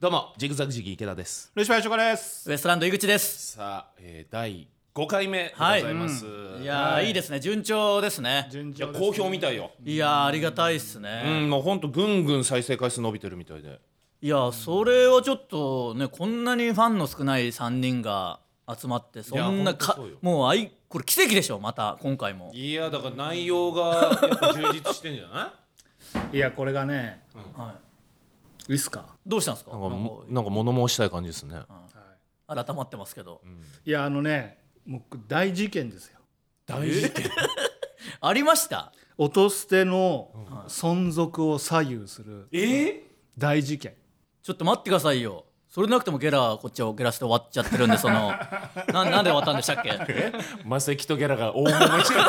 どうもジグザグジギー池田ですルシファーショコです。ウエストランド井口ですさあ、えー、第5回目でござはいいます、いやーいいですね順調ですねい順や調ですね好評みたいよいやーありがたいっすうね、んもうほんとぐんぐん再生回数伸びてるみたいでいやーそれはちょっとねこんなにファンの少ない3人が集まってそいんやなほんとかそうよもうあいこれ奇跡でしょまた今回もいやだから内容がやっぱ充実してんじゃないいやこれがね、はいいいっすか。どうしたんですか なんなかんかもなんか物申したい感じですね改まってますけど、いやあのね、もう大事件ですよ。大事件ありました音捨ての存続を左右するえー、大事件。ちょっと待ってくださいよそれなくてもゲラこっちはゲラして終わっちゃってるんでそ のななんで終わったんでしたっけマセキとギャラが大物してる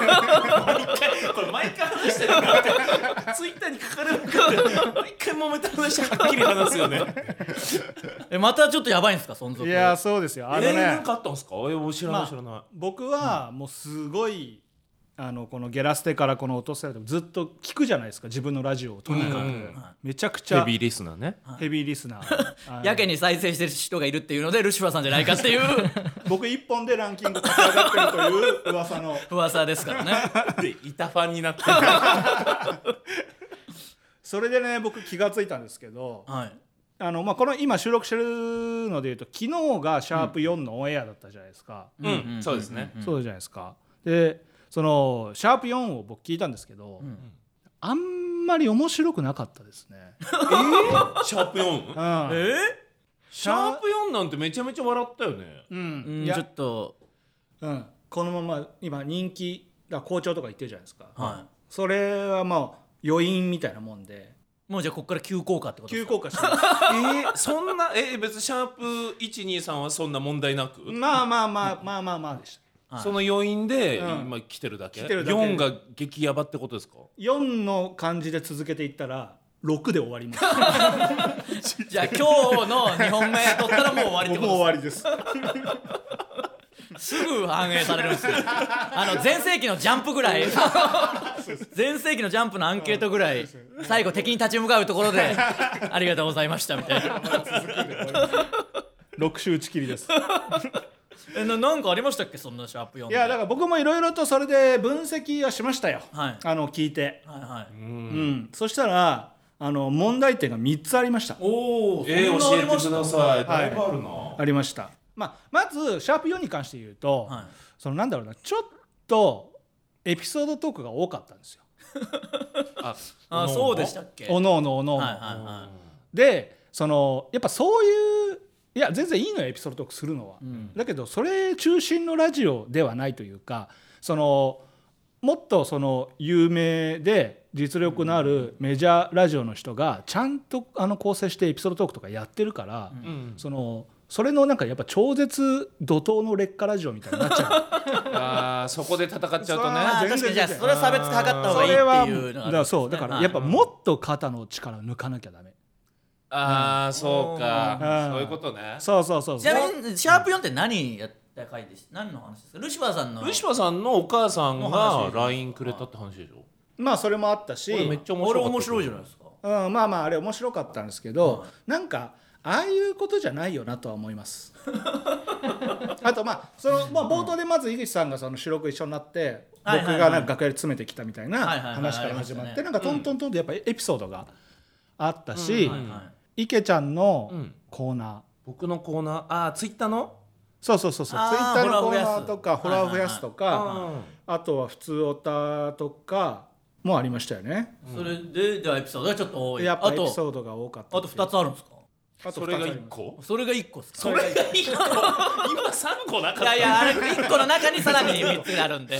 毎 回これ毎回話してるからツイッターに書かれるから毎回揉めた話はっきり話すよね えまたちょっとやばいんですか存続いやそうですよ。あのえー、なねん、かあったんですかえー知らない、まあ知らな僕はもうすごい。あのこのゲラステからこの落とせるとずっと聞くじゃないですか自分のラジオをとにかく、うんめちゃくちいゃヘビーリスナー ねヘビーリスナーあのやけに再生してる人がいるっていうのでルシファーさんじゃないかっていう 僕一本でランキング勝ち上がってるという噂の噂ですからねでいたファンになってそれでね僕気がついたんですけどはいあの、まあ、この今収録してるのでいうと昨日が「シャープ #4」のオンエアだったじゃないですか、うん、そうですね、そうじゃないですかでその「シャープ #4」を僕聞いたんですけど、あんまり面白くなかった ですね、シャープ 4? うんえシャープ4なんてめちゃめちゃ笑ったよねうんうんいちょや、っとうん、このまま今人気が好調とか言ってるじゃないですか、はそれはまあ余韻みたいなもんでもうじゃあここから急降下ってことで急すか降 下してますえー、そんなえー別にシャープ123はそんな問題なく、まあまあまあまあまあまあでしたはいその余韻でうん今来てるだけ,、来てるだけ4が激ヤバってことですか4の感じで続けていったら6で終わ りますじゃあ今日の2本目取ったらもう終わりってこもうと終わりです。ですすぐ反映されるんです よあの全盛期のジャンプぐらい全盛期のジャンプのアンケートぐらい最後敵に立ち向かうところ でありがとうございましたみたいな六周打ち切りです。えななんかありましたっけそんなシャープ4いやだから僕もいろいろとそれで分析はしましたよ。はいあの聞いて、はいはいうん。そしたらあの問題点が三つありました。おおえー、教えてくださいはだいいぶあるな、ありました。まあまずシャープ4に関して言うと、はいそのなんだろうなちょっとエピソードトークが多かったんですよ。ああそうでしたっけおのおのおのおのはいはいはでそのやっぱそういういや全然いいのよエピソードトークするのは、だけどそれ中心のラジオではないというかそのもっとその有名で実力のあるメジャーラジオの人がちゃんとあの構成してエピソードトークとかやってるから、うん、そのそれのなんかやっぱ超絶怒涛の劣化ラジオみたいになっちゃうあーそこで戦っちゃうとねあー全然確かにじゃあ全 然それは差別測った方そがいいれはっていうのがあるんですねだからそうだからやっぱはいもっと肩の力抜かなきゃダメ、ああそうかうんそういうことねそうそうそうちそうなみにシャープ4って何やった回でし何の話ですかルシファーさんのウシパさんのお母さんのが話 LINE くれたって話でしょまあそれもあったしこれめっちゃ面白俺かった面白いじゃないですかうん、まあまああれ面白かったんですけど、なんかああいうことじゃないよなとは思います あとまあその、まあ、冒頭でまず井口さんがその収録一緒になって、はいはい僕はいがなんか楽屋で詰めてきたみたいなはいはいはい話から始まって、ありましたねなんかトントントンとやっぱエピソードがあったし、はいはい池ちゃんうのんコーナー、僕のコーナーああツイッターのそうそうそうそうあーツイッターのコーナーとかフフォォロロワワー増ー増ややすすとうか、あとは普通オタとかもありましたよね、それでではエピソードがちょっと多いやあっぱエピとソードが多かったあと2つあるんですかあとそれ2つがあり一ます個それが1個ですかそれが1個今3個なかいやいやあれ1個の中にさらに3つあるん で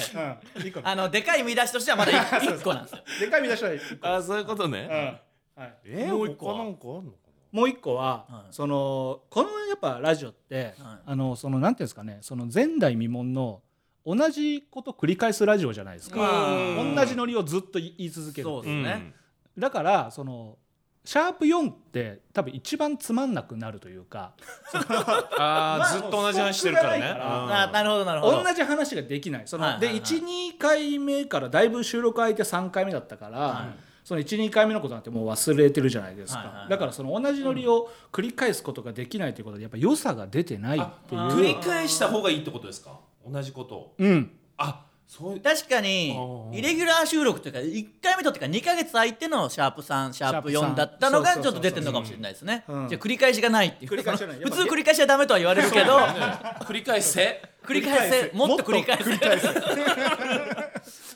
うん、一個あのでかい見出しとしてはまだ 1, 個なんですよでかい見出しは1個あそういうことね、はい、えー、もう一個他なんかあんのかもう一個は、はいそのこのやっぱラジオって、はいあのそのなんていうんですかねその前代未聞の同じこと繰り返すラジオじゃないですか、まあうん同じノリをずっと言い続けるそうでなすね、だからそのシャープ4って多分一番つまんなくなるというかあまあーずっと同じ話してるからね、もうストックがうんあなるほどなるほ同どじ話ができないその、はいはいはいで12回目からだいぶ収録相手3回目だったから、はその12回目のことなんてもう忘れてるじゃないですか、はいはいはいだからその同じノリを繰り返すことができないということでやっぱ良さが出てないってい繰りう、返した方がいいってことですか同じことをうん、あそういう確かにあーイレギュラー収録というか1回目とってから2か月空いてのシャープ3シャープシャープ4 3だったのがちそょうっそうそうそうと出てるのかもしれないですね、うんじゃあ繰り返しがないっていう繰り返しがない普通繰り返しはダメとは言われるけど繰り返せ繰り返せもっと繰り返せもっと繰り返せ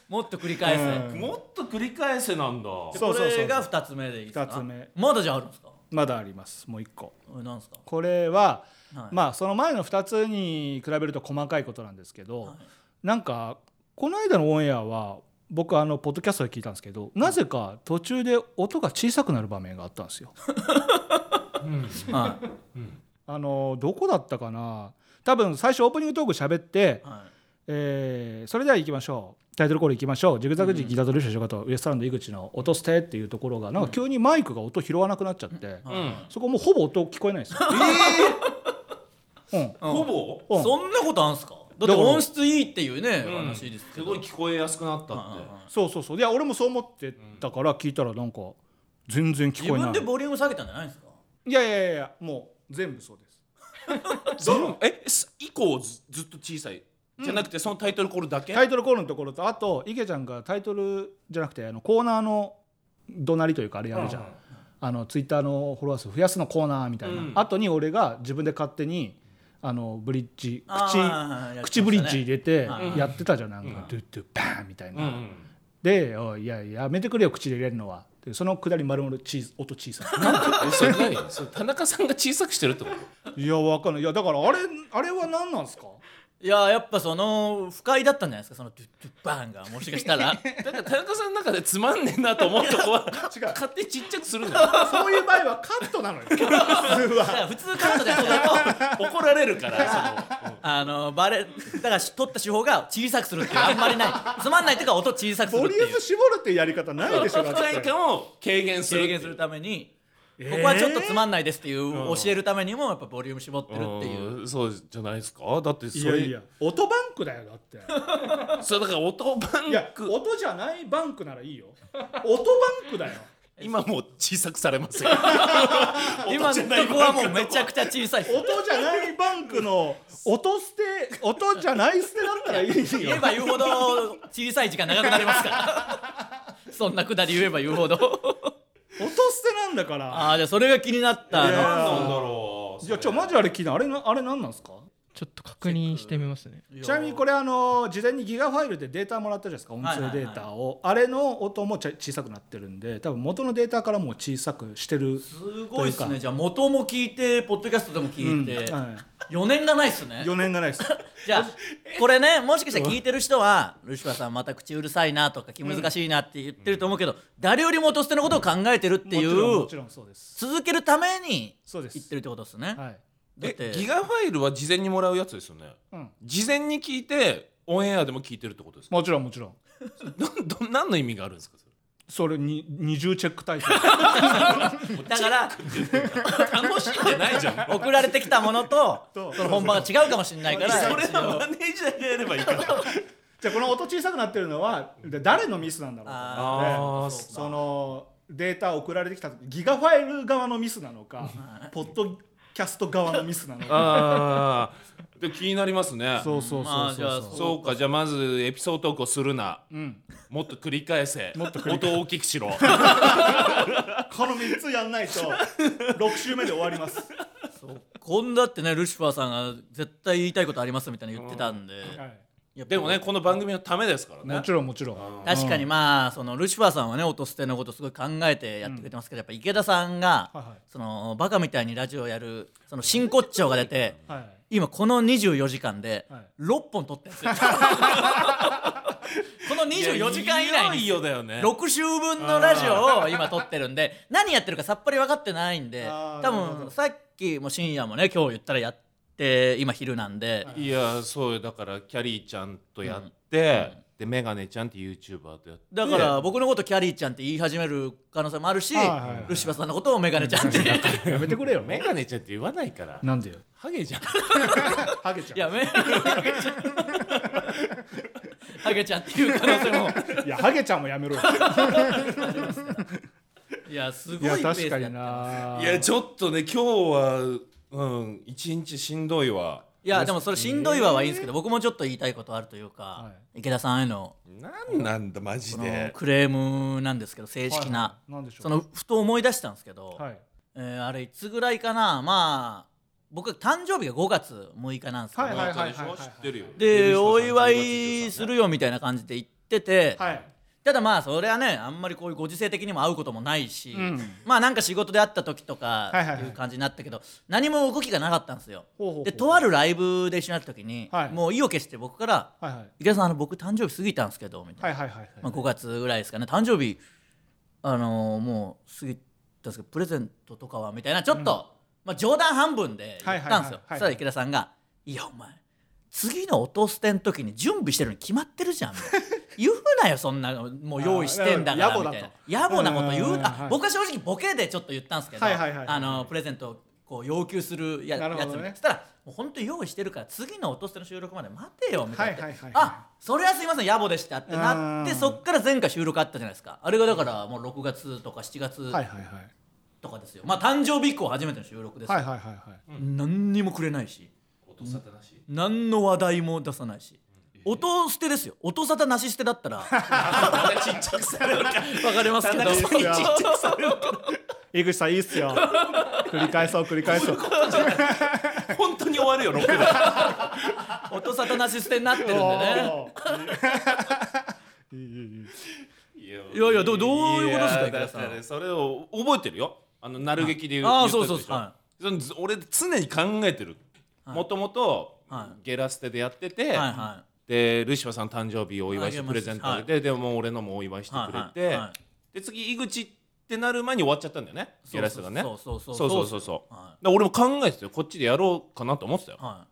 もっと繰り返うせんもっと繰り返せなんだそうそうそうこれが2つ目でいいですか二つ目まだじゃああるんですかまだありますもう一個これなんですかこれは、はいまあその前の2つに比べると細かいことなんですけど、なんかこの間のオンエアは僕あのポッドキャストで聞いたんですけどなぜか途中で音が小さくなる場面があったんですよ。うんはあのどこだったかな多分最初オープニングトーク喋ってい、はいえーそれでは行きましょうタイトルコール行きましょうジグザグジギタードルシャショガとウエストランド井口の「音捨て」っていうところがなんか急にマイクが音拾わなくなっちゃって、うんそこもうほぼ音聞こえないんですよ。うんうんほぼうんそんなことあんすかだってだから音質いいっていうね、うん話ですけすどごい聞こえやすくなったってうんうんうんそうそうそういや俺もそう思ってたから聞いたらなんか全然聞自こえな分いでボリューム下げたんじゃないんですかいやいやいやもう全部そうですどえす以降ずずっと小さいじゃなくてそのタイトルコールだけタイトルコールのところとあと池ちゃんがタイトルじゃなくてあのコーナーの怒鳴りというかあれやるじゃん、うんうんあのツイッターのフォロワー数増やすのコーナーみたいな、うん後に俺が自分で勝手にあのブリッジ口あーやってました口ねブリッジ入れてはいやってたじゃんなんか、うんドゥッドゥバーンみたいな、うんで「おいいややめてくれよ口で入れるのは」でそのくだり丸々チーズ音小さいうん、それ何それ田中さんが小さくしてるってこ いやわかんないいやだからあれあれは何なんですかいややっぱその不快だったんじゃないですかそのドゥッドゥッバーンがもしかした らとだから田中さんの中でつまんねえなと思うとこは違う勝手にちっちゃくするんだよそういう場合はカットなのよ普通はだから普通カットでそれ と怒られるからそのあのバレだから取った手法が小さくするっていうあんまりないつまんないとか音小さくするボってリいュうーム絞るっていうやり方ないでしょだ不って快感を軽減する軽減するために、ここはちょっとつまんないですっていう教えるためにもやっぱボリューム絞ってるっていう、うんそうじゃないですかだってそいれやいや音バンクだよだってそれだから音バいやンク音じゃないバンクならいい よ音バンクだよ今もう小さくされますよ音今のじゃないとこはもうめちゃくちゃ小さいです音じゃないバンクの音捨て音じゃない捨てだったらいいよ言えば言うほど小さい時間長くなりますから そんなくだり言えば言うほ ど音捨てなんだからああじゃあそれが気になったいあや何なんだろういやちょマジあれ聞いたあれなあれ何なんですかちょっと確認してみますねのちなみにこれあの事前にギガファイルでデータもらったじゃないですか音声データを、あれの音もちゃ小さくなってるんで多分元のデータからもう小さくしてるすごいっすというねじゃあ元も聞いてポッドキャストでも聞いて、うんはい4年がないっすね4年がないですじゃあこれねもしかしたら聞いてる人はルシファーさんまた口うるさいなとか気難しいなって言ってると思うけど、誰よりも音捨てのことを考えてるっていもちろんもうちろんそうです続けるためにそうです言ってるってことですね、はい、だってえギガファイルは事前にもらうやつですよねうん、事前に聞いてオンエアでも聞いてるってことですかもちろんもちろんなんど何の意味があるんですかそれそれに二重チェック体制だから 楽しんでないじゃん送られてきたものとそうその本番が違うかもしれないからそれはマネージャーがやればいいからじゃあこの音小さくなってるのはで誰のミスなんだろうとあ思あってそのデータ送られてきた時ギガファイル側のミスなのかポッドキャスト側のミスなの かあーで気になりますねそうそうまあそうじゃそあうそうそうかじゃあまずエピソードトークをするなうん、もっと繰り返せもっと繰り返せ音を大きくしろこの3つやん ないと6週目で終わります、こんだってねルシファーさんが絶対言いたいことありますみたいな言ってたんで、はい、やっぱでもねこの番組のためですからねもちろんもちろん確かにまあそのルシファーさんはね音捨てのことすごい考えてやってくれてますけど、やっぱ池田さんが、はいはいそのバカみたいにラジオやるその真骨頂が出てはい今この24時間ではい6本撮ってるんです よこの24時間以内いによいよだよね6週分のラジオを今撮ってるんで何やってるかさっぱり分かってないんであー多なるほど分さっきも深夜もね今日言ったらやって今昼なんで、いやそうよだからキャリーちゃんとやって、でメガネちゃんって YouTuber とやってだから僕のことキャリーちゃんって言い始める可能性もあるし、はいはいはいルシファーさんのことをメガネちゃんって やめてくれよメガネちゃんって言わないからなんでよハゲじゃんハゲちゃういやめハゲちゃんっていう可能性もいやハゲちゃんもやめろよいやすいごいやペース確だかっにたないやちょっとね今日はうん一日しんどいわいやでもそれしんどいわはいいんですけど僕もちょっと言いたいことあるというか、は池田さんへのなんなんだマジこのでクレームなんですけど正式な、はいなんでしょうそのふと思い出したんですけど、はいえーあれいつぐらいかなまあ僕誕生日が5月6日なんですけど、はいはいはい知ってるよでお祝いするよみたいな感じで言ってて、はいただまあそれはねあんまりこういうご時世的にも会うこともないし、んまあなんか仕事で会った時とかはいはいはいいう感じになったけど、何も動きがなかったんですよ。ほうほうほうでとあるライブで一緒になった時に、はいもう意を決して僕からはいはい「池田さんあの僕誕生日過ぎたんですけど」みたいな、はいはいはいまあ、5月ぐらいですかね誕生日あのーもう過ぎたんですけどプレゼントとかはみたいなちょっと、まあ、冗談半分で言ったんですよ、はいはいはいはそいしたら池田さんが「いやお前次の音捨ての時に準備してるに決まってるじ ゃん」みたいな言うなよそんなのもう用意してんだからあーみたいな野暮暮だなとこと言ううんうんうんはない僕は正直ボケでちょっと言ったんですけど、はいはいはいはいあのープレゼントをこう要求するやなるほやどつねそしたら「もう本当に用意してるから次の音捨ての収録まで待てよ」みたいな、はいはいはいはいあそれはすいません野暮でした」ってなってうんそっから前回収録あったじゃないですかあれがだからもう6月とか7月はいはいはいとかですよ、まあ誕生日以降初めての収録ですよ、はいはいはいはい何にもくれないし何の話題も出さないし音捨てですよ音沙汰なし捨て だったらわちっちゃくされるかかりますけ ど田中さんにちっちゃくされる井口さんいいっすよ繰り返そう繰り返そう本当に終わるよロックが音沙汰なし捨てになってるんでねおーいいいいいいいやいやいやどうどういうことですかいや池田さんだってそれを覚えてるよあのなる劇で言うあ言あったやつそうそうそうでしょはそのず俺常に考えてるもともとはゲラステでやってて、はいはでルシファーさん誕生日お祝いしてあプレゼントあげて、でもう俺のもお祝いしてくれて、はいはいはで次井口ってなる前に終わっちゃったんだよねいゲラステがねそうそうそうそうそうそうそうはだから俺も考えてたよこっちでやろうかなと思ってたよい、は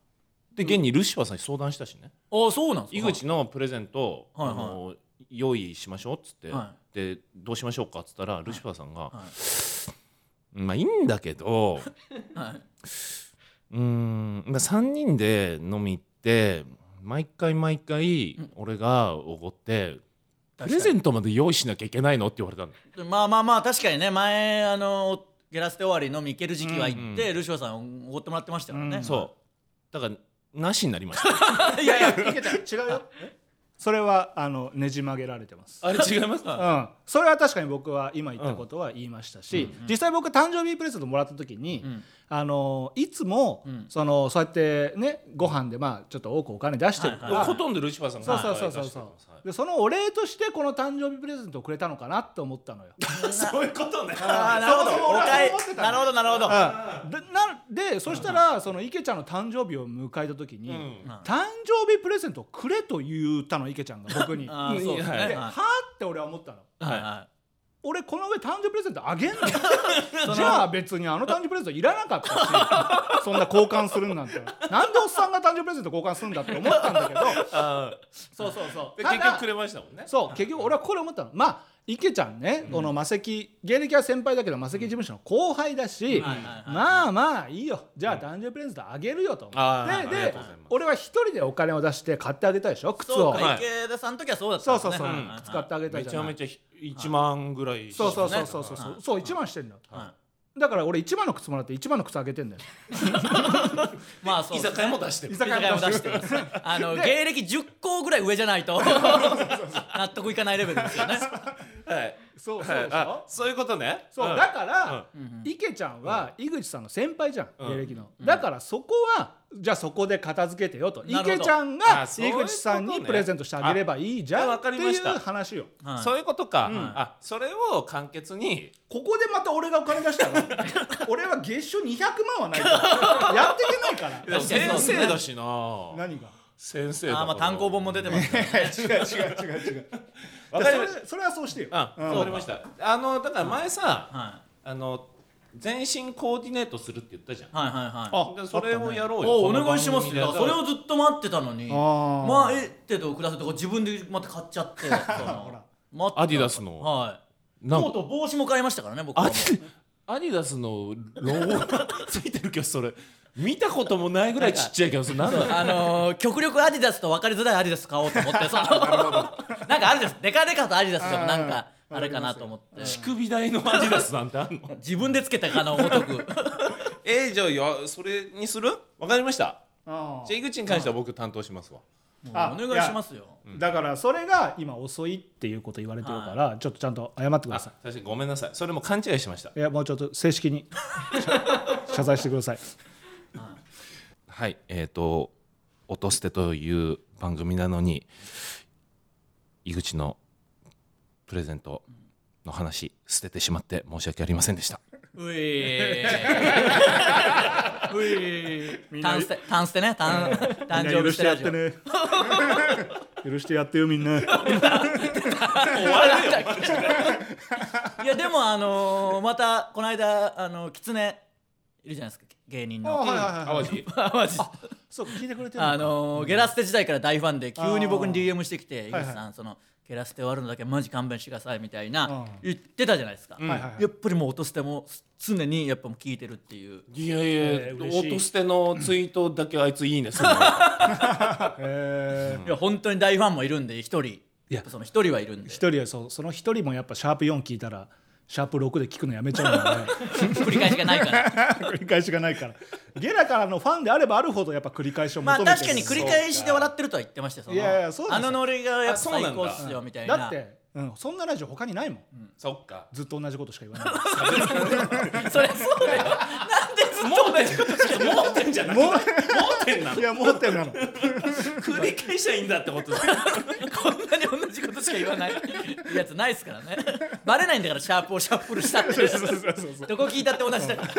でい現にルシファーさんに相談したしねああそうなんです井か口のプレゼントを、はいはあいの用意しましょうっつって、はでどうしましょうかっつったら、ルシファーさんが、はまあいいんだけ どはい、うーん、まあ、3人で飲み行って毎回毎回俺がおごって、プレゼントまで用意しなきゃいけないのって言われたのまあまあまあ確かにね前あのゲラステ終わり飲み行ける時期は行って、ルシファーさんおごってもらってましたからね、うんそうだからなしになりました いやいやいけちゃん違うよそれはあのねじ曲げられてますあれ違いますかうん、それは確かに僕は今言ったことは言いましたし、実際僕誕生日プレゼントもらった時に、んあのいつも、んそのそうやってねご飯でまあちょっと多くお金出してるから、ほとんどルシファーさんそうがそうそうそうそう、でそのお礼としてこの誕生日プレゼントをくれたのかなって思ったのよ。そういうことねあーなるほどそもそおも俺はそう返思ってたなるほどなるほど、うんでなでそしたらその池ちゃんの誕生日を迎えた時に、うん誕生日プレゼントをくれと言ったの池ちゃんが僕に。あーそうですね、はいでははあって俺は思ったの。いはいは俺この上誕生日プレゼントあげんのじゃあ別にあの誕生日プレゼントいらなかったしそんな交換するなんてなんでおっさんが誕生日プレゼント交換するんだって思ったんだけどあそうそうそうーでただ結局くれましたもんねそう結局俺はこれ思ったのまあ池ちゃんね、この魔石芸歴は先輩だけど魔石事務所の後輩だし、いはいはいまあまあいいよじゃあ誕生日プレゼントあげるよと思って、あーありがとうでございます俺は一人でお金を出して買ってあげたでしょ靴そうをか、はい池田さんの時はそうだったんそうですねそうそう、はいはいはい靴買ってあげためじゃちゃないめちゃ1万ぐらいそうそうそうそうそそううですねそう一番してんの、はだから俺一番の靴もらって一番の靴あげてんだよいまあそう居です酒屋も出してる居酒屋も出してますねあの芸歴10個ぐらい上じゃないと納得いかないレベルですよねはいそうそうはいでしあょそういうことねそう、んだから、池ちゃんは井口さんの先輩じゃん、うん芸歴の、だからそこはじゃあそこで片付けてよとなるほど池ちゃんあがそうい井うことね口さんにプレゼントしてあげればいいじゃあんわっかてりまいしうた話よはいそういうことか、あそれを簡潔にここでまた俺がお金出したら 俺は月賞200万はないからやっていけないから確かに先そうですね生だしな何が先生だあーまあ単行本も出てますから違う違う違う 違うわかりましたそれそれはそうしてよあうんわかりましたあのだから前さ、はあの全身コーディネートするって言ったじゃんいはいはいはいあでそれをやろうよ、おこおの願いしますよ番組でそれをずっと待ってたのにあーまあえってとくださいとか自分でまた買っちゃって その待ってたアディダスのはいなんコかート帽子も買いましたからね僕アはも ディアディダスのロゴついてるけどそれ見たこともないぐらいちっちゃいけどそれ何だあのー極力アディダスと分かりづらいアディダス買おうと 思ってそのなんかあるじゃんデカデカとアディダスでもなんかあれかなと思って乳首大のアディダスなんてあんの自分でつけたかのごとくえー、じゃあいやそれにするわかりましたあじゃあ井口に関しては僕担当しますわあお願いしますよだからそれが今遅いっていうこと言われてるからちょっとちゃんと謝ってくあださ確かにごめんなさいそれも勘違いしてましたいいやもうちょっと正式に 謝罪してくだ さいはいえっ、ー、と「音捨て」という番組なのに井口のプレゼントの話捨ててしまって申し訳ありませんでしたうえーうえータンステタンステねタン誕生日ステラジオ ね許してやってよみんな いやでもあのーまたこの間あの狐いるじゃないですか芸人の淡 路淡路そう聞いてくれてるあのーゲラステ時代から大ファンで急に僕にあー DM してきて「井口はいさんそのゲラステ終わるのだけマジ勘弁してください」みたいなうん言ってたじゃないですかんはいはいはいやっぱりもう音捨ても常にやっぱもう聞いてるっていういやいや、えー嬉しい音捨てのツイートだけあいついいねするのえーいや本当に大ファンもいるんで一人やっぱその一人はいるんで一人はそうその一人もやっぱシャープ4聞いたらシャープ6で聞くのやめちゃうんで、ね、繰り返しがないから 繰り返しがないからゲラからのファンであればあるほどやっぱ繰り返しを求まめあてる確かに繰り返しで笑ってるとは言ってましたよそのいやいやそうですあよのノリがやっぱあそうな最んだ高っすよみたいだっなて、うん、そんなラジオ他にないもん、そっかずっと同じことしか言わな いそりゃそうだよなんでずっと同じことしか盲点じゃないも盲点な ういのや盲点なの繰り返しゃいいんだってことだこんなに同じことしか言わないやつないですからねバレないんだからシャープをシャッフルしたってどこ聞いたって同じだから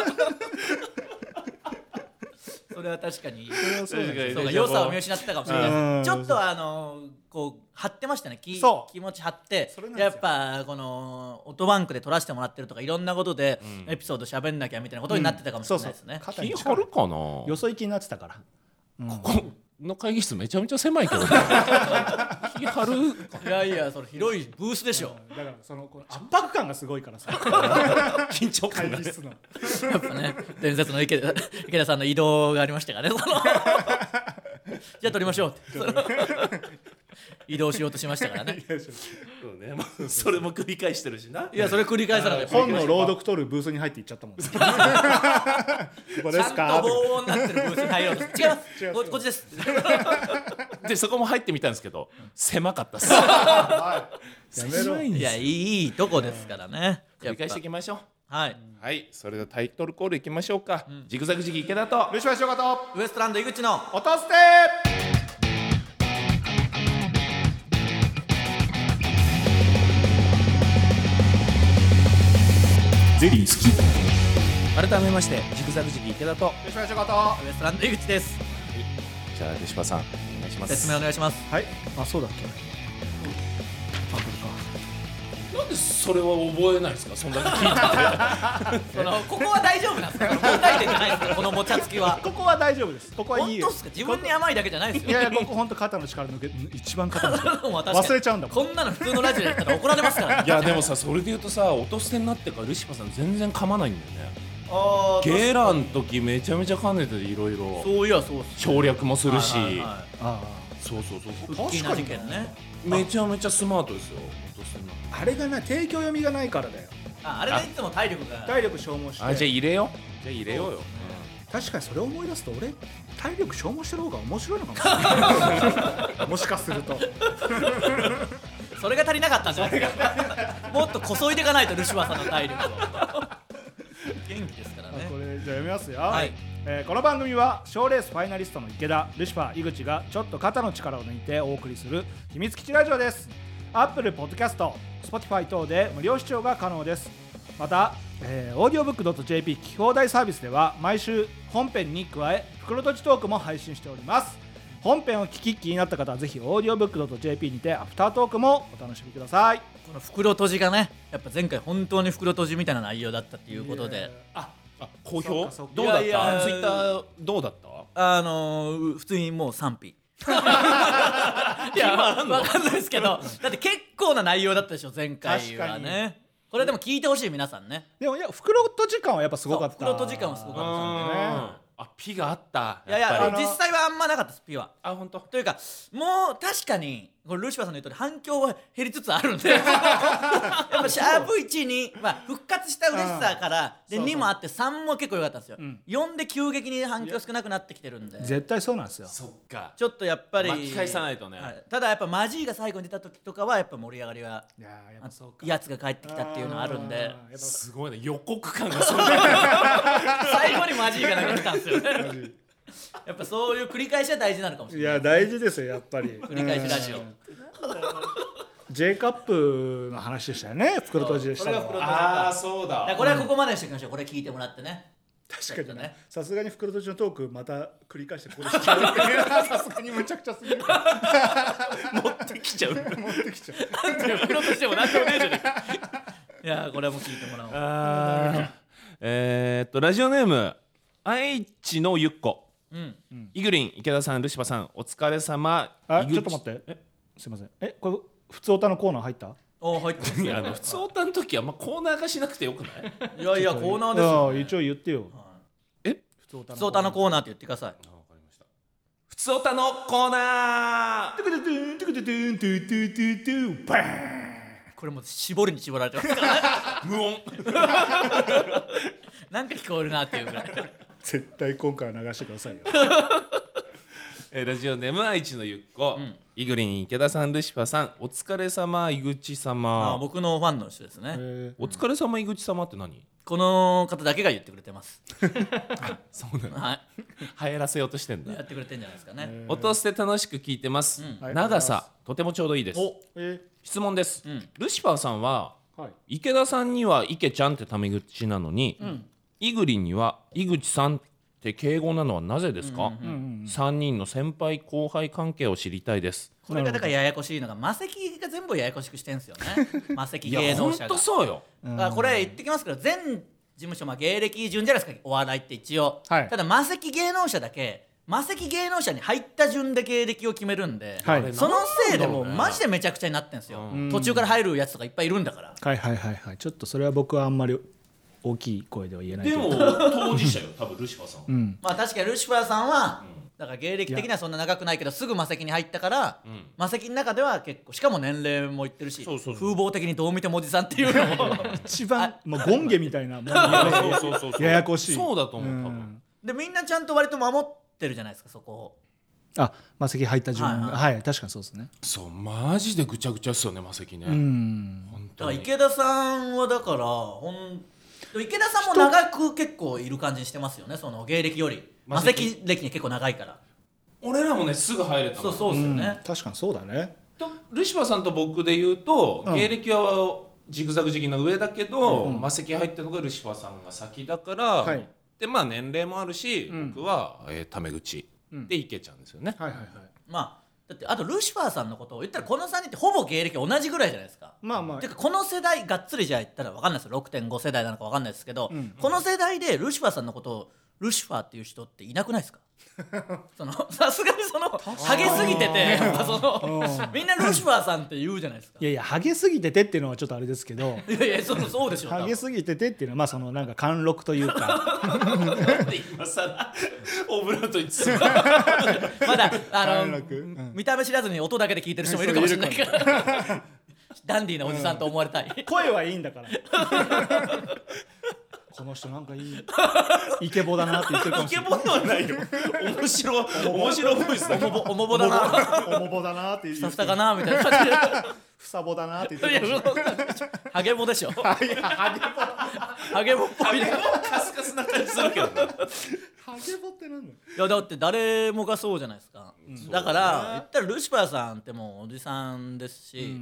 それは確かにそうですねそうか良さを見失ってたかもしれうないんちょっとあのこう張ってましたねきそう気持ち張ってそれなんですよやっぱこのオトバンクで撮らせてもらってるとかいろんなことでエピソード喋んなきゃみたいなことになってたかもしれないですね、肩気に張力るかなよそ行きになってたからこ の会議室めちゃめちゃ狭いけどね気張るいやいやそれ広いブースでしょだからそのこの 圧迫感がすごいからさ緊張会感が議室のやっぱね、伝説の池田池田さんの移動がありましたからね。その じゃあ撮りましょうって。その移動しようとしましたからね。そうね、 まあそれも繰り返してるしないや、それ繰り返さなきゃ。本の朗読取るブースに入っていっちゃったもんここちでゃすんとか防音になってるブースに入ろうと。違います。ここっちです。でそこも入ってみたんですけど狭かったっす狭いんいでや、すいいとこですからね。繰り返していやっきましょうぱはい。はいそれではタイトルコールいきましょうか、ジグザグジギ池田とルシファー翔とウエストランド井口の。落としてゼリー好き改めましてジグザグジギ池田とルシファー翔とウエストランド井口です。じゃあ手島さんお願いします説明お願いします。はいあそうだっけあこなんでそれは覚えないですかそんだけ聞いその、ここは大丈夫なんですか。問題点じゃないですか。このもちゃつきはれ。かここは大丈夫ですここはいい本よ当っすか。自分に甘いだけじゃないですいよやい。やここ本当肩の力抜け一番肩の力もう確かに忘れちゃうんだもこんなの普通のラジオでやったら怒られますからね。いやでもさそれで言うとさ音捨てになってからルシファーさん全然噛まないんだよねあーゲーラン時めちゃめちゃ噛んでていろいろそういやそうっす省略もするし、はいはいはいあそうそうそうそうウッキーな事件ねめちゃめちゃスマートですよ音捨てになってああれがない提供読みがないからだよああれでいつも体力が体力消耗あしじゃあて入れようじゃあ入れようよ確かにそれを思い出すと俺体力消耗してる方が面白いのかもし れないもしかするとそれが足りなかったんじゃ ないですかもっとこそいでいかないとルシファーさんの体力を元気ですからあねこれじゃあ読みますよ、はいえーこの番組は賞レースファイナリストの池田ルシファー井口がちょっと肩の力を抜いてお送りする秘密基地ラジオですアップルポッドキャスト Spotify 等で無料視聴が可能ですまた、えー、audiobook.jp 聞き放題サービスでは毎週本編に加え袋とじトークも配信しております本編を聞き気になった方はぜひ audiobook.jp にてアフタートークもお楽しみくださいこの袋閉じがねやっぱ前回本当に袋閉じみたいな内容だったっていうことでああ好そっ評かそっかどうだったいやいやツイッターどうだったあのー、普通にもう賛 否いやわかんないですけどだって結構な内容だったでしょ前回は確かねこれでも聞いてほしい皆さんねでもいや袋とじ感はやっぱすごかったそう袋閉じ感はすごかったねあピがあったいやいやっぱり実際はあんまなかったですピはあ本当というかもう確かにこれルシファーさんの言うとり反響は減りつつあ るんでやっぱシャープ1に、まあ、復活した嬉しさからでそうそう2もあって3も結構良かったんですよ、うん4で急激に反響少なくなってきてるんで絶対そうなんですよそっかちょっとやっぱり巻き返さないとねはいただやっぱマジーが最後に出た時とかはやっぱ盛り上がりはいやーやっあぱそうかやつが帰ってきたっていうのはあるんでーやっすごいね予告感がすごいは最後にマジーがなくなったんですよねやっぱそういう繰り返しは大事なのかもしぱいれないや大事ですよやっぱり 繰繰り返しラジオ J カップの話でしたよね袋閉じでしたのはそそうこれが袋閉 あーうだからこれはここまでにしておきましょうこれ聞いてもらってね確かにねねさすがに袋閉じのトークまた繰り返してここでしちゃうっていうのは さすがにむちゃくちゃすぎるから持ってきちゃう持ってきちゃうプロとしてもなんでもねえじゃねえか いやーこれはもう聞いてもらおうえーっとラジオネーム愛知のゆっこうんイグリン池田さんルシファさんお疲れ様あ井口ちょっと待ってえすいませんえこれ普通オタのコーナー入ったおー入ってますいやあの普通歌の時はあんまコーナーがしなくてよくないいやいやコーナーですよ、うん一応言ってよえ普通オタ普通歌のコーナーって言ってください普通歌のコーナーこれもう絞りに絞られてますから無音なんか聞こえるなっていうぐ らい絶対今回は流してくださいよえーラジオネーム愛知のゆっこ、うんイグリン池田さんルシファさんお疲れ様井口あー様僕のファンの人ですね、えお疲れ様井口様って何この方だけが言ってくれて ますそうなのは流行らせようとしてんいやだってくれてんじゃないですかね、ー音捨て楽しく聞いてます、うん長さとてもちょうどいいですおえ質問です、うんルシファーさんははい池田さんには池ちゃんってタメ口なのに、イグリンには井口さんって敬語なのはなぜですか、うんうん3人の先輩後輩関係を知りたいですこれがだからややこしいのが魔石が全部ややこしくしてんすよ ね魔石いや芸能ほん者がとそうようんあこれ言ってきますけど全事務所、まあ、芸歴順じゃないですかお笑いって一応、はいただ魔石芸能者だけ魔石芸能者に入った順で芸歴を決めるんで、はいそのせいでもなんだろううねマジでめちゃくちゃになってんですよ、うん途中から入るやつとかいっぱいいるんだからはいはいはいはいちょっとそれは僕はあんまり大きい声では言えないけど当事者よ多分ルシファーさんはうんまあ確かにルシファーさんは、だから芸歴的にはそんな長くないけどすぐ魔石に入ったから、うん魔石の中では結構しかも年齢もいってるしそうそうそう風貌的にどう見てもおじさんっていうのも一番もうゴンゲみたいなもうそうそうそうそうややこしいそうだとう思う多分、んでみんなちゃんと割と守ってるじゃないですかそこをあマセキ入った順はいははい確かにそうですねそうマジでぐちゃぐちゃっすよねマセキね、うん本だか当らに池田さんはだからほんでも池田さんも長く結構いる感じしてますよねその芸歴より魔魔石石歴に結構長いから俺らもねすぐ入れたもそうんそうですようんね、確かにそうだねとルシファーさんと僕で言うと、うん芸歴はジグザグ時期の上だけど、うんマセキ入ったのがルシファーさんが先だから、はいでまあ年齢もあるし、うん僕は、えータメ口うんで池ちゃんですよね、はいはいはいまあだってあとルシファーさんのことを言ったらこの3人ってほぼ芸歴同じぐらいじゃないですかまあまあてかこの世代がっつりじゃ言ったら分かんないですよ6.5世代なのか分かんないですけど、うんこの世代でルシファーさんのことをルシファーっていう人っていなくないですかそのさすがにそのハゲすぎててやっぱそのうんみんなルシファーさんって言うじゃないですかいやいやハゲすぎててっていうのはちょっとあれですけどいやいやそうそうでしょハゲすぎててっていうのはまあそのなんか貫禄というか今さらオブラートに包む多分まだあ貫の禄うん見た目知らずに音だけで聞いてる人もいるかもしれないからダンディーなおじさんと思われたい、声はいいんだからこの人なんかいいイケボだなって言ってるかもしれないボではないよ面白面白ボイスだおもぼおもぼだなおもぼだなって言ふさうふさかなみたいな感じでふさぼだなって言っいてやるかもしれないそうハゲボでしょ。ハゲボ。ハゲボっぽいね。カスカスな感じするけどねハゲボってなんだよいやだって誰もがそうじゃないですか。だから言ったらルシファーさんってもうおじさんですし、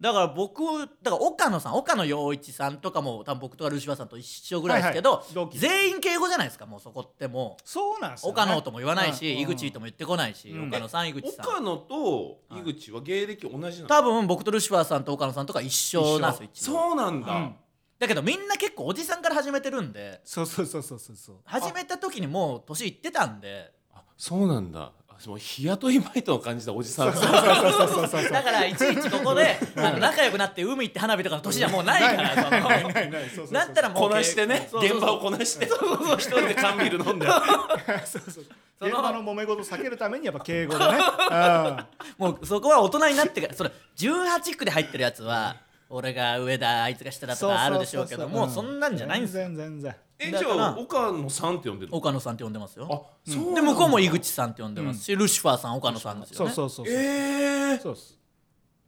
だから僕だから岡野さん岡野陽一さんとかも多分僕とかルシファーさんと一緒ぐらいですけど、はいはい同期全員敬語じゃないですかもうそこってもう。そうなんすよね岡野とも言わないし、うん井口とも言ってこないし、うん岡野さん井口さ岡ん野と井口は芸歴同じなの多分僕とルシファーさんと岡野さんとか一緒なんですよ一応そうなんだ、うんだけどみんな結構おじさんから始めてるんで そうそうそうそうそうそう始めた時にもう年いってたんでそうなんだあもう日雇いバイトの感じだおじさだんからいちいちここであの仲良くなって海行って花火とかの年じゃもうないからそのなったらもう こなしてねそうそうそう現場をこなして一人で缶ビー ル飲んでそうそうその現場の揉め事を避けるためにやっぱ敬語でね あもうそこは大人になってからそれ18区で入ってるやつは俺が上だあいつが下だとかあるでしょうけどもうそんなんじゃないんですよ全然全然えだじかゃらあ岡野さんって呼んでるの岡野さんって呼んでますよそうなんでだ向こうも井口さんって呼んでますし、ルシファーさん岡野さんですよそうねそうそうそうええそうっす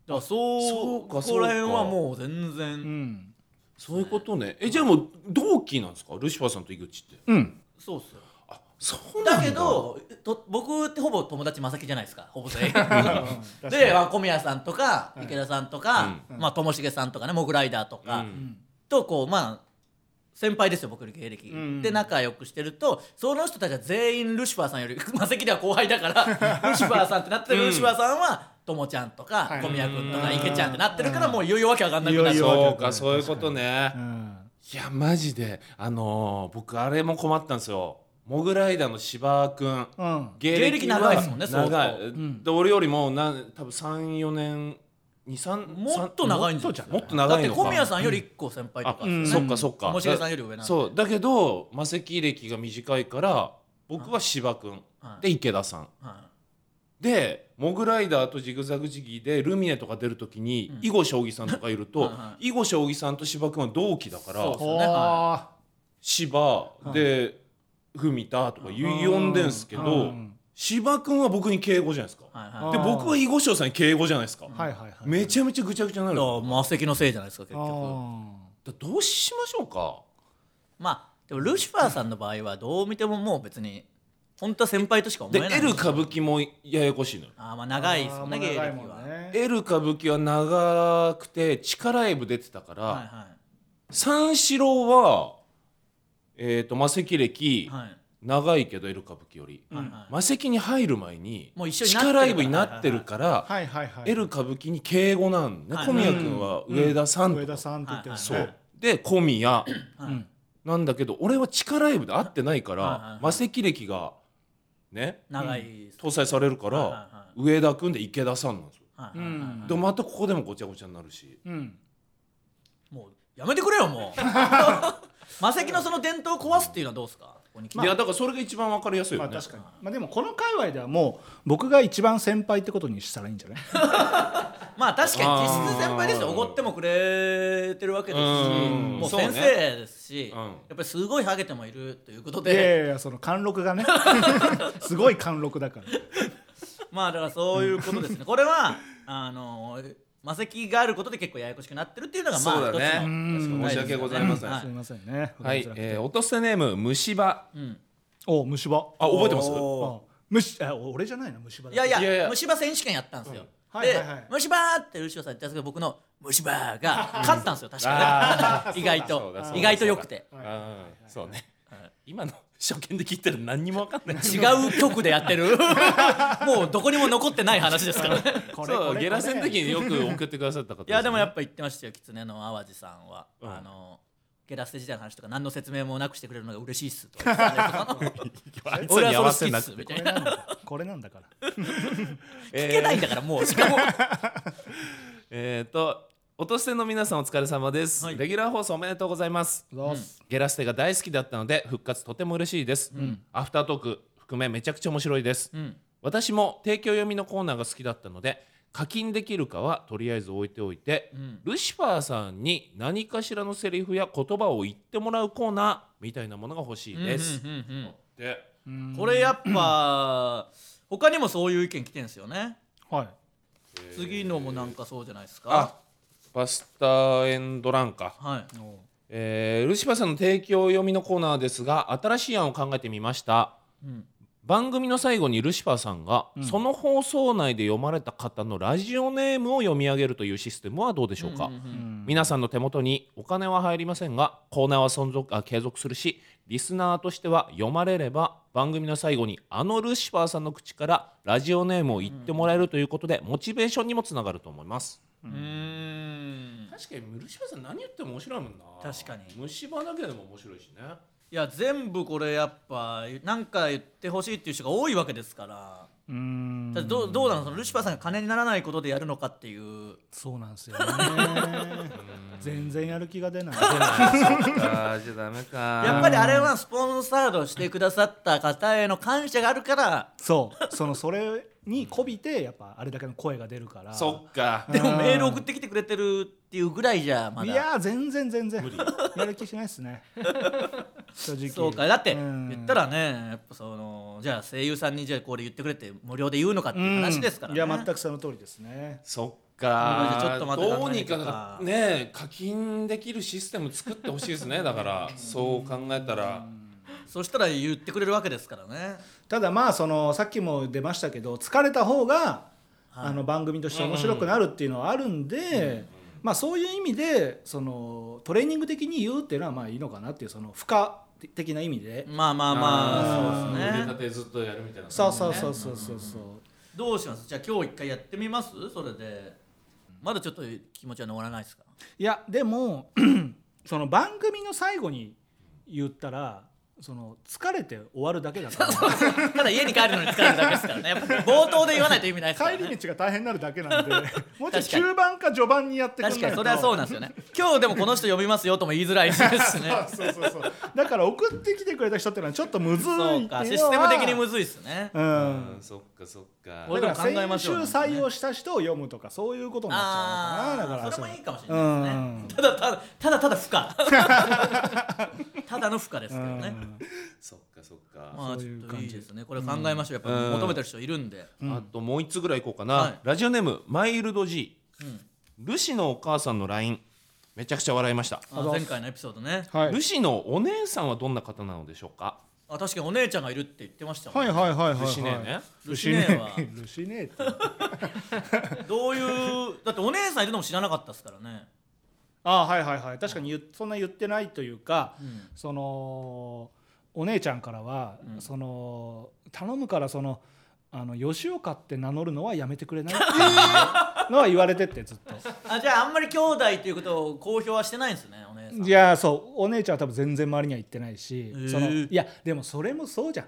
だからそうそうかこそうこから辺はもう全然、うんそういうことねえじゃあもう同期なんですかルシファーさんと井口ってうんそうっすよあそうなんだだけどと僕ってほぼ友達正木じゃないですかほぼ全員確かにでまあ小宮さんとか池田さんとか、まあともしげさんとかねモグライダーとか、うんとこうまあ先輩ですよ僕より芸歴、んで仲良くしてるとその人たちは全員ルシファーさんより マセキでは後輩だからルシファーさんってなってる、ルシファーさんはともちゃんとかい小宮君とか池ちゃんってなってるからもういよいよわけわかんなくなるいよいよそうかそういうことねうんいやマジであのー僕あれも困ったんですよモグライダーの柴くんうん芸歴長いですもんね相当長い、で俺よりもな多分34年23もっと長いんじゃないもっと長だいのかって小宮さんより1個先輩とあか、んそっかそっかともしげさんより上なんでそうだけど魔石歴が短いから僕は芝君はいで池田さんはでモグライダーとジグザグジギーでルミネとか出るときに囲碁将棋さんとかいるはいとは囲碁将棋さんと芝君は同期だからそうそうねあ芝で文田とか言い呼んでんすけうどん芝君は僕に敬語じゃないですかいはいあはでー僕は囲碁将さんに敬語じゃないですかーはいはいはいめちゃめちゃぐちゃぐちゃにないるだから魔石のせいじゃないですか結あ局だどうしましょうかまあでもルシファーさんの場合はどう見てももう別に本当は先輩としか思でえない L 歌舞伎もややこしいのよあーまあ長いですもんね芸歴は、は L 歌舞伎は長くて地下ライブ出てたから、はいは三四郎はえっ、と魔石い歴はい長いけど L 歌舞伎より、はいはい魔石に入る前にもう一緒に地なって下るからライブになってるから、いはいはい L 歌舞伎に敬語なんね、はい小宮君は上田さんとか、上田さんって言ってるねそう、で小宮はいなんだけど俺は地下ライブで会ってないから、はいはいはい魔石歴がね長いです搭載されるから、はいはい上田君で池田さんなんですよ、はいはいはいでまたここでもごちゃごちゃになるしうんもうやめてくれよもう 魔石のその伝統を壊すっていうのはどうですかここに来ていやだからそれが一番わかりやすいまよあね、確かにまあでもこの界隈ではもう僕が一番先輩ってことにしたらいいんじゃ ないまあ確かにあー実質先輩ですよおごってもくれてるわけですしうんもうそうね先生ですし、うんやっぱりすごいハゲてもいるということいでやいやいやその貫禄がね すごい貫禄だからまあだからそういうこと ですねこれはあの魔石があることで結構ややこしくなってるっていうのがまあそうだね一つのうん申し訳ございません、はいすいませんねはい、えー、落とせネーム虫歯うんお虫歯あ覚えてますおーあ虫あ俺じゃないな虫歯だいやいやいやいや虫歯選手権やったんですよ、うんはいで、はいはい虫歯ってルシオさん言ったんですけど僕の虫歯が勝ったんですよ確あかに 意外そうだそうとだ意外と良くてあーそうね、今の初見で聞いたら何にもわかんない違う曲でやってる もうどこにも残ってない話です からねこれそこうれゲラ戦のこれ時によく送ってくださった方、いやでもやっぱぱ言ってましたよ狐の淡路さんは、うんあのゲラステ時代の話とか何の説明もなくしてくれるのが嬉しいっすとか言 ってたねあいつ俺らはそれ好に合わきせっなすくみたてこれいななんだこれなんだから聞けないんだからもうしかもえー、と落とせの皆さんお疲れ様です、はいレギュラー放送おめでとうございますどうすゲラステが大好きだったので復活とても嬉しいです、アフタートーク含めめちゃくちゃ面白いです、ん私も提供読みのコーナーが好きだったので課金できるかはとりあえず置いておいて、ルシファーさんに何かしらのセリフや言葉を言ってもらうコーナーみたいなものが欲しいです、うんうんうんでうんこれやっぱ他にもそういう意見来てんすよねはい次のもなんかそうじゃないですかあパスタエンドランか、はいえールシファーさんの提供読みのコーナーですが新しい案を考えてみましたうん番組の最後にルシファーさんが、その放送内で読まれた方のラジオネームを読み上げるというシステムはどうでしょうか、皆さんの手元にお金は入りませんがコーナーは存続あ継続するしリスナーとしては読まれれば番組の最後にあのルシファーさんの口からラジオネームを言ってもらえるということで、モチベーションにもつながると思いますうーん確かにルシファーさん何言っても面白いもんな確かに虫歯だけでも面白いしねいや全部これやっぱなんか言ってほしいっていう人が多いわけですからうーんだからどうどうなのそのルシファーさんが金にならないことでやるのかっていうそうなんですよね全然やる気が出ないあーじゃあダメかやっぱりあれはスポンサードしてくださった方への感謝があるからそうそのそれにこびてやっぱあれだけの声が出るからそっかでもメール送ってきてくれてるっていうぐらいじゃまいだやー全然全然やる気しないです ね正直そうかだってうん言ったらねやっぱそのじゃあ声優さんにじゃあこれ言ってくれって無料で言うのかっていう話ですからねうんいや全くその通りですねそっうかんじゃあちょっとまた考えないどうにとかかね課金できるシステム作ってほしいです ねだからそう考えたらそしたら言ってくれるわけですからねただまあそのさっきも出ましたけど疲れた方がはいあの番組として面白くなるっていうのはあるんで、まあ、そういう意味でそのトレーニング的に言うっていうのはまあいいのかなっていうその負荷的な意味で、まあまあまあそうです腕ね立てずっとやるみたいなそうそうそうそうそうそうどうしますじゃあ今日一回やってみますそれでまだちょっと気持ちは乗らないですかいやでも その番組の最後に言ったらその疲れて終わるだけ だからただ家に帰るのに疲れるだけですからねやっぱ冒頭で言わないと意味ないですから、帰ね、り道が大変になるだけなんでもうちょ い確かに中盤か序盤にやってくんない確とかにそれはそうなんですよね今日でもこの人呼びますよとも言いづらいですしね そうそうそうだから送ってきてくれた人ってのはちょっとむずいっていうそうのはかシステム的にむずいっすねうんうんそっかそっかこれでも考えましょうねだから先週採用した人を読むとかそういうことになっちゃうのかなあだかあらそれもいいかもしれうないんですねただただただただ負荷 ただの負荷ですけどねそっかそっかまあそうちいうょっ感じといいですねこれ考えましょうやっぱうん求めてる人いるんであともう一つぐらいいこうかはいなラジオネームマイルド G んルシのお母さんの LINE めちゃくちゃ笑いましたあ前回のエピソードねはルシのお姉さんはどんな方なのでしょうかあ確かにお姉ちゃんがいるって言ってましたもんはいはいはいはいルシ姉ねルシネはルシネってどういうだってお姉さんいるのも知らなかったですからねああはいはいはい確かに言っそんな言ってないというかそのお姉ちゃんからはうんその頼むからそのあの吉岡って名乗るのはやめてくれ ないのは言われてってずっ とあじゃああんまり兄弟っていうことを公表はしてないんですねお姉さんいやそうお姉ちゃんは多分全然周りには行ってないし、へえそのいやでもそれもそうじゃん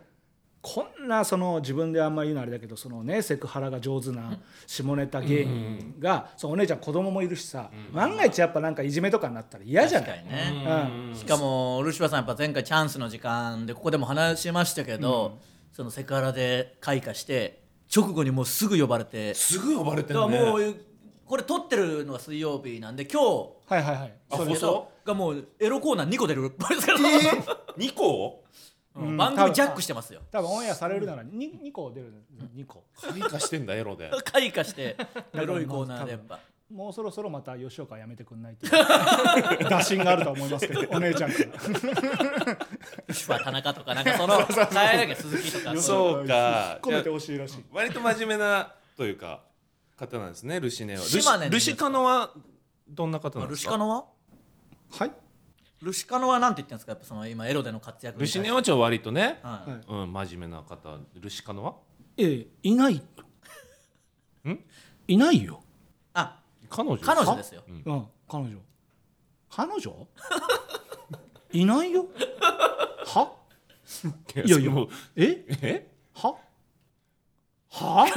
こんなその自分であんまり言うのあれだけどそのねセクハラが上手な下ネタ芸人が、そうお姉ちゃん子供もいるしさ、万が一やっぱなんかいじめとかになったら嫌じゃ確なかいにね、うんしかもルシファーさんやっぱ前回チャンスの時間でここでも話しましたけど、そのセクハラで開花して直後にもうすぐ呼ばれてすぐ呼ばれてだるからねもうこれ撮ってるのが水曜日なんで今日はいはいはいあそうですけ放どがもうエロコーナー2個出るっぽいですから、 2個うんうん番組ジャックしてますよ多分オンエアされるなら 2, 二個出る2個開花してんだエロで開花 してらもうエロいコーナーでやっぱもうそろそろまた吉岡はやめてくんないっていう 打診があると思いますけど お姉ちゃんからルシファー田中とかなんか その変えなきゃ鈴木とかそうそうか込めてほしいらしい割と真面目なというか方なんですねルシネはルシ島根のルシカノはどんな方なんルですシかカノははいルシカノはなんて言ってんですかやっぱその今エロでの活躍ルに対しシてネはちょっと割とね、はいはいうん、真面目な方ルシカノはええいないんいないよ、あ彼女彼女ですようんうん、彼女彼女 いないよはいいややいいややええは は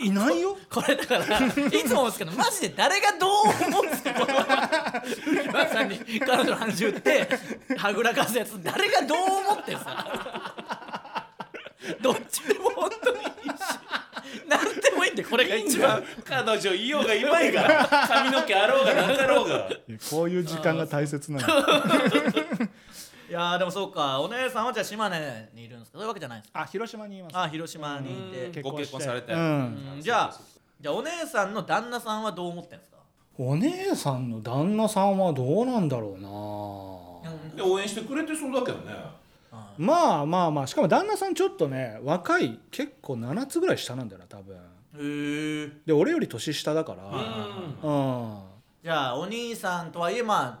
いいないよこれだからいつも思うんですけどマジで誰がどう思うんですかこの今さんに彼女の話言ってはぐらかすやつ誰がどう思ってんすかどっちでも本当にいいし何でもいいんでこれが一番彼女いようがいまいが髪の毛あろうがなかろうがこういう時間が大切なのいやーでもそうかお姉さんはじゃあ島根にいるんですかそういうわけじゃないんですかあ広島にいますあ広島にいてご結婚されて、うんうんじゃあじゃあお姉さんの旦那さんはどう思ってんですかお姉さんの旦那さんはどうなんだろうでな応援してくれてそうだけどねまあまあまあしかも旦那さんちょっとね若い結構7つぐらい下なんだよな多分へえで俺より年下だから、ううんじゃあお兄さんとはいえまあ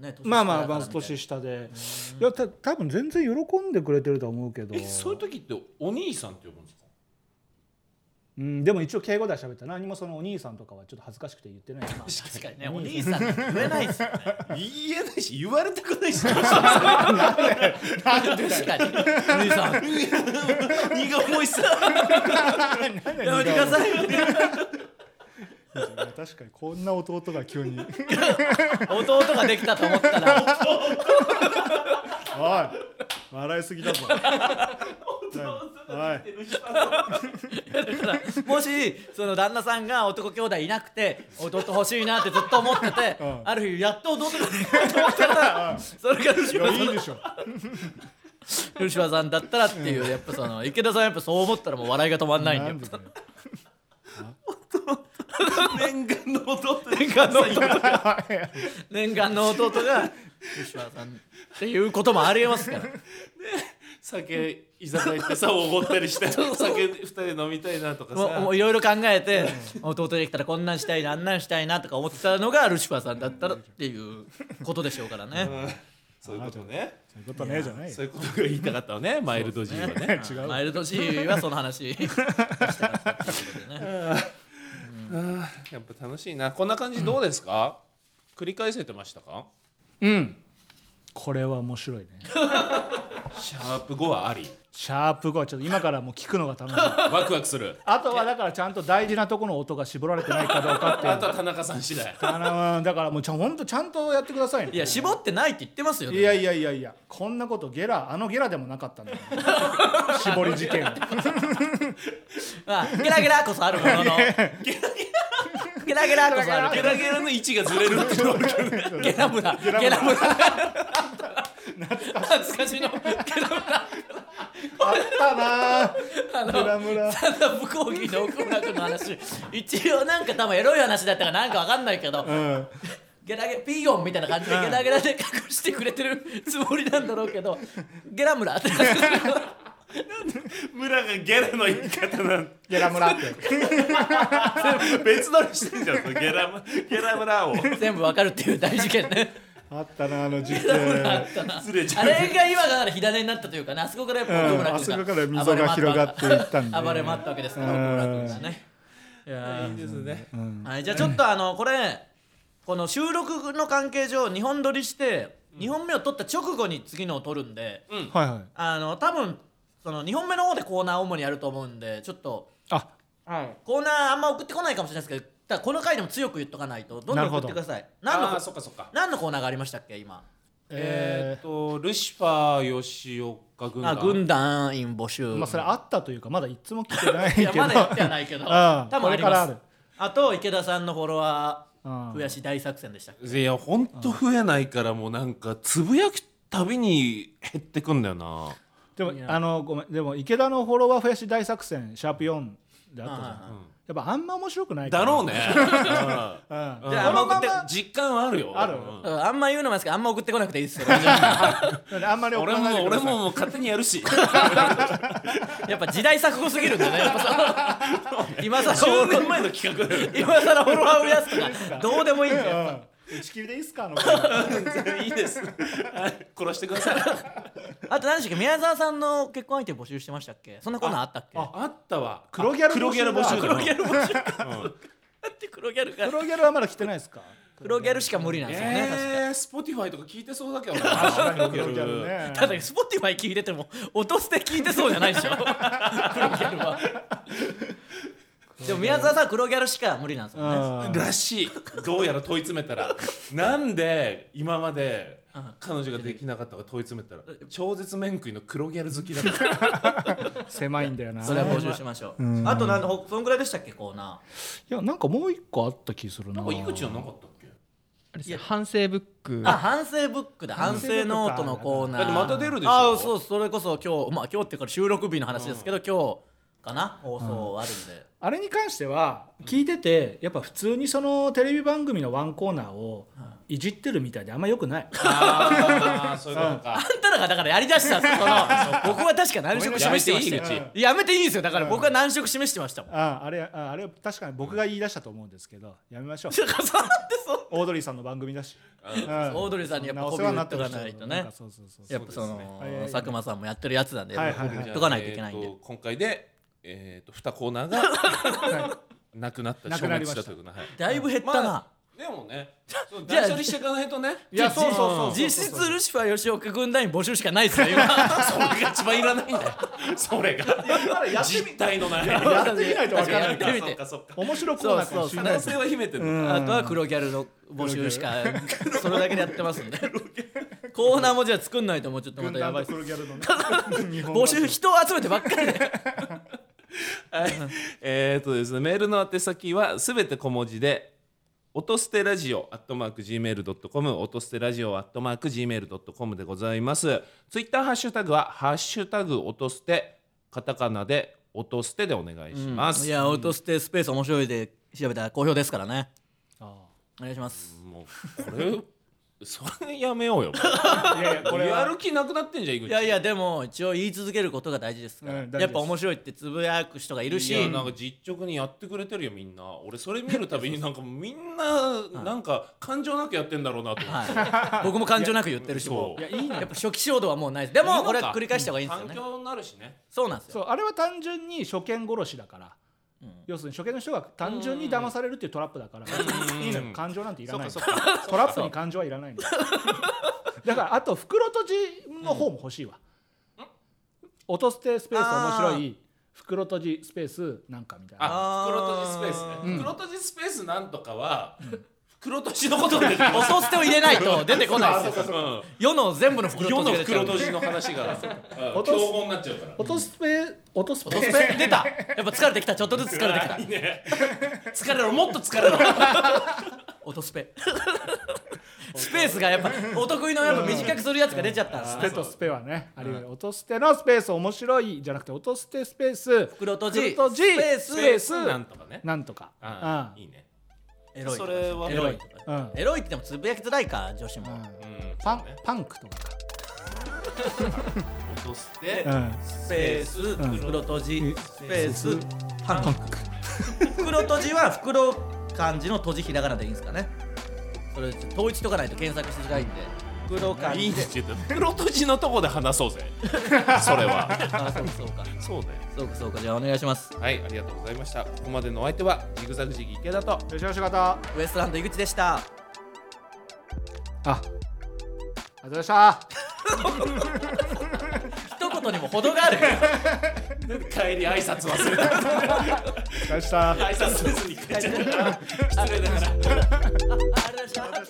ねまあまあまずず年下でいやた多分全然喜んでくれてると思うけどんえそういう時ってお兄さんって呼ぶんですかうん、でも一応敬語では喋った何もそのお兄さんとかはちょっと恥ずかしくて言ってないまあ確かにねお兄さんなんて言えないですよね言えないし言われたくないし 確かに兄さん 荷が重いっすやめてください 確かにこんな弟が急におい弟ができたと思ったら笑いすぎだぞはい もしその旦那さんが男兄弟いなく て弟欲しいなってずっと思ってて、うんある日やっと弟ができたと思った らそれがルシいファーさやいいんでしょルシファーさんだったらっていうやっぱその池田さんやっぱそう思ったらもう笑いが止まんないんだよんでだよ念願の弟念願の弟が念願の弟が吉川さんっていうこともありえますから酒居酒屋行ってさおごったりして酒二人飲みたいなとかもうもさういろいろ考えて弟できたらこんなんしたいなあんなんしたいなとか思ってたのがルシファーさんだったらっていうことでしょうからねそういうことねそういうことねえじゃないよそういうことが言いたかったのねマイルド G はね違うマイルド G はその話やっぱ楽しいなこんな感じどうですか、繰り返せてましたかうんこれは面白いねシャープ5はありシャープ5はちょっと今からもう聞くのが楽しみワクワクするあとはだからちゃんと大事なとこの音が絞られてないかどうかっていうあと は田中さん次第あのだからもうちゃんほんとちゃんとやってくださいねいや絞ってないって言ってますよいやいやいやいやこんなことゲラあのゲラでもなかったんだよ絞り事件まあゲラゲラこそあるもののゲラゲラこそあゲるゲララゲラの位置がずれるっていうのはゲラ村ゲラ村懐かしのゲラ村あったなああのムラムラただ不講義の奥村君の話一応なんか多分エロい話だったかなんかわかんないけど、うんゲラゲピーヨンみたいな感じでゲラゲラで隠してくれてる つもりなんだろうけどゲラ村って村がゲラの言い方なんゲラ村って別撮りしてんじゃんそのゲラゲラ村を 全部わかるっていう大事件ねあったなあの事件ずれちゃあうれが今だから火種になったというかねあそこからやっぱ奥村君が、うんあそこから溝が広がっていったんで暴れ回ったわけですからう奥ん村君がねいやいいですねーはいじゃあちょっとあのこれこの収録の関係上2本撮りして2本目を撮った直後に次のを撮るんで、はいはいあの多分その2本目の方でコーナー主にやると思うんでちょっとあコーナーあんま送ってこないかもしれないですけどただこの回でも強く言っとかないとどんどん送ってください何のあコあそっかそっか何のコーナーがありましたっけ今えーえっとルシファー吉岡軍あ団軍団員募集、ーまあそれあったというかまだいつも来てないいけやどまだ言ってはないけどああ多分ありこれからまあするあと池田さんのフォロワうんー増やし大作戦でしたっけいやほんと増えないからもうなんかつぶやくたびに減ってくんだよなでもあのごめんでも池田のフォロワー増やし大作戦シャープ4であったじゃんうんやっぱあんま面白くないからだろうねうんうんじゃあうんあんま送って実感はあるよあるうんうんあんま言うのもなんですけどあんま送ってこなくていいですよやなんであんまり怒俺らないもでく俺ださいももう勝手にやるしっぱ時代錯誤すぎるんだねやっぱその今さ10年前の企画だ よ今さらフォロワー増やすとかどうでもいいんだよやっぱうん打ち切りでいいっすかあのいいですはい殺してくださいあと何でしたっけ宮沢さんの結婚相手募集してましたっけそんなコーナーあったっけあったわ黒ギャル募集黒ギャル募集だ黒ギャル募集だうんって黒ギャルが黒ギャルはまだ来てないですか黒ギャルしか無理なんですよね、確かえー、スポティファイとか聞いてそうだけどな。黒ギャルねただ Spotify 聞いてても音捨て聞いてそうじゃないでしょ 黒ギャルはでも宮沢さんは黒ギャルしか無理なんですもんねうんらしい。どうやら問い詰めたら、なんで今まで彼女ができなかったか問い詰めたら、超絶面食いの黒ギャル好きだった。狭いんだよなそれは募集しましょう、あとなんでほそんぐらいでしたっけコーナいやなんかもう一個あった気するななんか井口はなかったっけ？あれですね反省ブックーあ反省ブックだ反省ノートのコーナだっーてまた出るでしょ。ああそうそれこそ今日まあ今日っていうか収録日の話ですけど、今日かな放送あるんで、あれに関しては聞いててやっぱ普通にそのテレビ番組のワンコーナーをいじってるみたいであんま良くないあーそういうことか。あんたらがだからやりだしたんですよそ の僕は確か難色示してましたやめていいよやめていいんですよだから僕は難色示してましたもん ああれああれ確かに僕が言い出したと思うんですけどやめ ましょうだからそうなんてそオードリーさんの番組だしうんオードリーさんにやっぱそんなお世話になってる人媚び売っとかないとねんかそうそうそううやっぱそのはいはいはい佐久間さんもやってるやつなんではいはいはいやっぱ言っとかないといけないんえでーと今回で えっと二コーナーがなくなったなくなりました消滅ということではいだいぶ減ったまなあでもねそうじ断ゃあ捨離していかないとねいやそうそうそうそう実質ルシファー吉岡軍団員募集しかないですよ 今それが一番いらないんだよそれがやってみ実体のないやってみないと分確からないかにやそっってみてかそっか面白くもなくもし可れない能性は秘めてるうんあとは黒ギャルの募集しかそれだけでやってますん でコーナーもじゃあ作んないともうちょっとま軍たや団ばといです黒ギャルのね日本版募集人を集めてばっかりでえーっとですねメールの宛先はすべて小文字で音捨てラジオアットマーク Gmail.com 音捨てラジオアットマーク Gmail.com でございますツイッターハッシュタグはハッシュタグ音捨てカタカナで音捨てでお願いします、いや落としてスペース面白いで調べたら好評ですからねあお願いしますもうこれそれやめようよあいやいやこれやはる気なくなってんじゃん井口いやいやでも一応言い続けることが大事ですから、うん大事ですやっぱ面白いってつぶやく人がいるしいやなんか実直にやってくれてるよみんな俺それ見るたびになんかみんななんか感情なくやってんだろうなと思って、はい、僕も感情なく言ってるしもそううやっぱ初期衝動はもうないですでもこれは繰り返した方がいいんですよ環ね境になるしねそうなんですそうよあれは単純に初見殺しだから、うん要するに初見の人が単純に騙されるっていうトラップだから、んいいのよ感情なんていらないのそっかそっかトラップに感情はい らないのよだからあと袋とじの方も欲しいわ、音捨てスペース面白い袋とじスペースなんかみたいなああー 袋とじスペースね、うん袋とじスペースなんとかは、袋とじのことで出おソ捨てを入れないと出てこないですよよ世の全部の袋世の閉じが出ちゃう袋とじの話 がうん落とす競合になっちゃうから音スペ音スペおソ捨て出たやっぱ疲れてきたちょっとずつ疲れてきたいいね疲れろもっと疲れろ音スペスペースがやっぱお得意のやっぱ短くするやつが出ちゃったんですスねペとスペはね、あるいは音捨てのスペース面白いじゃなくて音捨てスペース袋とじ袋とじスペーススペースなんとかねなんとかあうーんいいねエロいそとかれはエロいとうかんエロいってでもつぶやきづらいか女子うもんうんパンそうねパンクとかか 落として、うんスペースん袋閉じスペースパパンンク袋閉じは袋漢字の閉じひらがなでいいんですかねそれ統一しとかないと検索しづらいんで袋漢いい字ねでちょっと袋とじのとこで話そうぜそれ はあそうかそうかそうだよそうかそうかじゃあお願いしますはいありがとうございましたここまでのお相手はジグザグジギ池田と吉田仕方ウエストランド井口でしたあ、ありがとうございました。一言にも程 がある帰り挨拶忘れたお疲れ様でし た。挨拶せずに帰っちゃった失礼だからあありがとうございました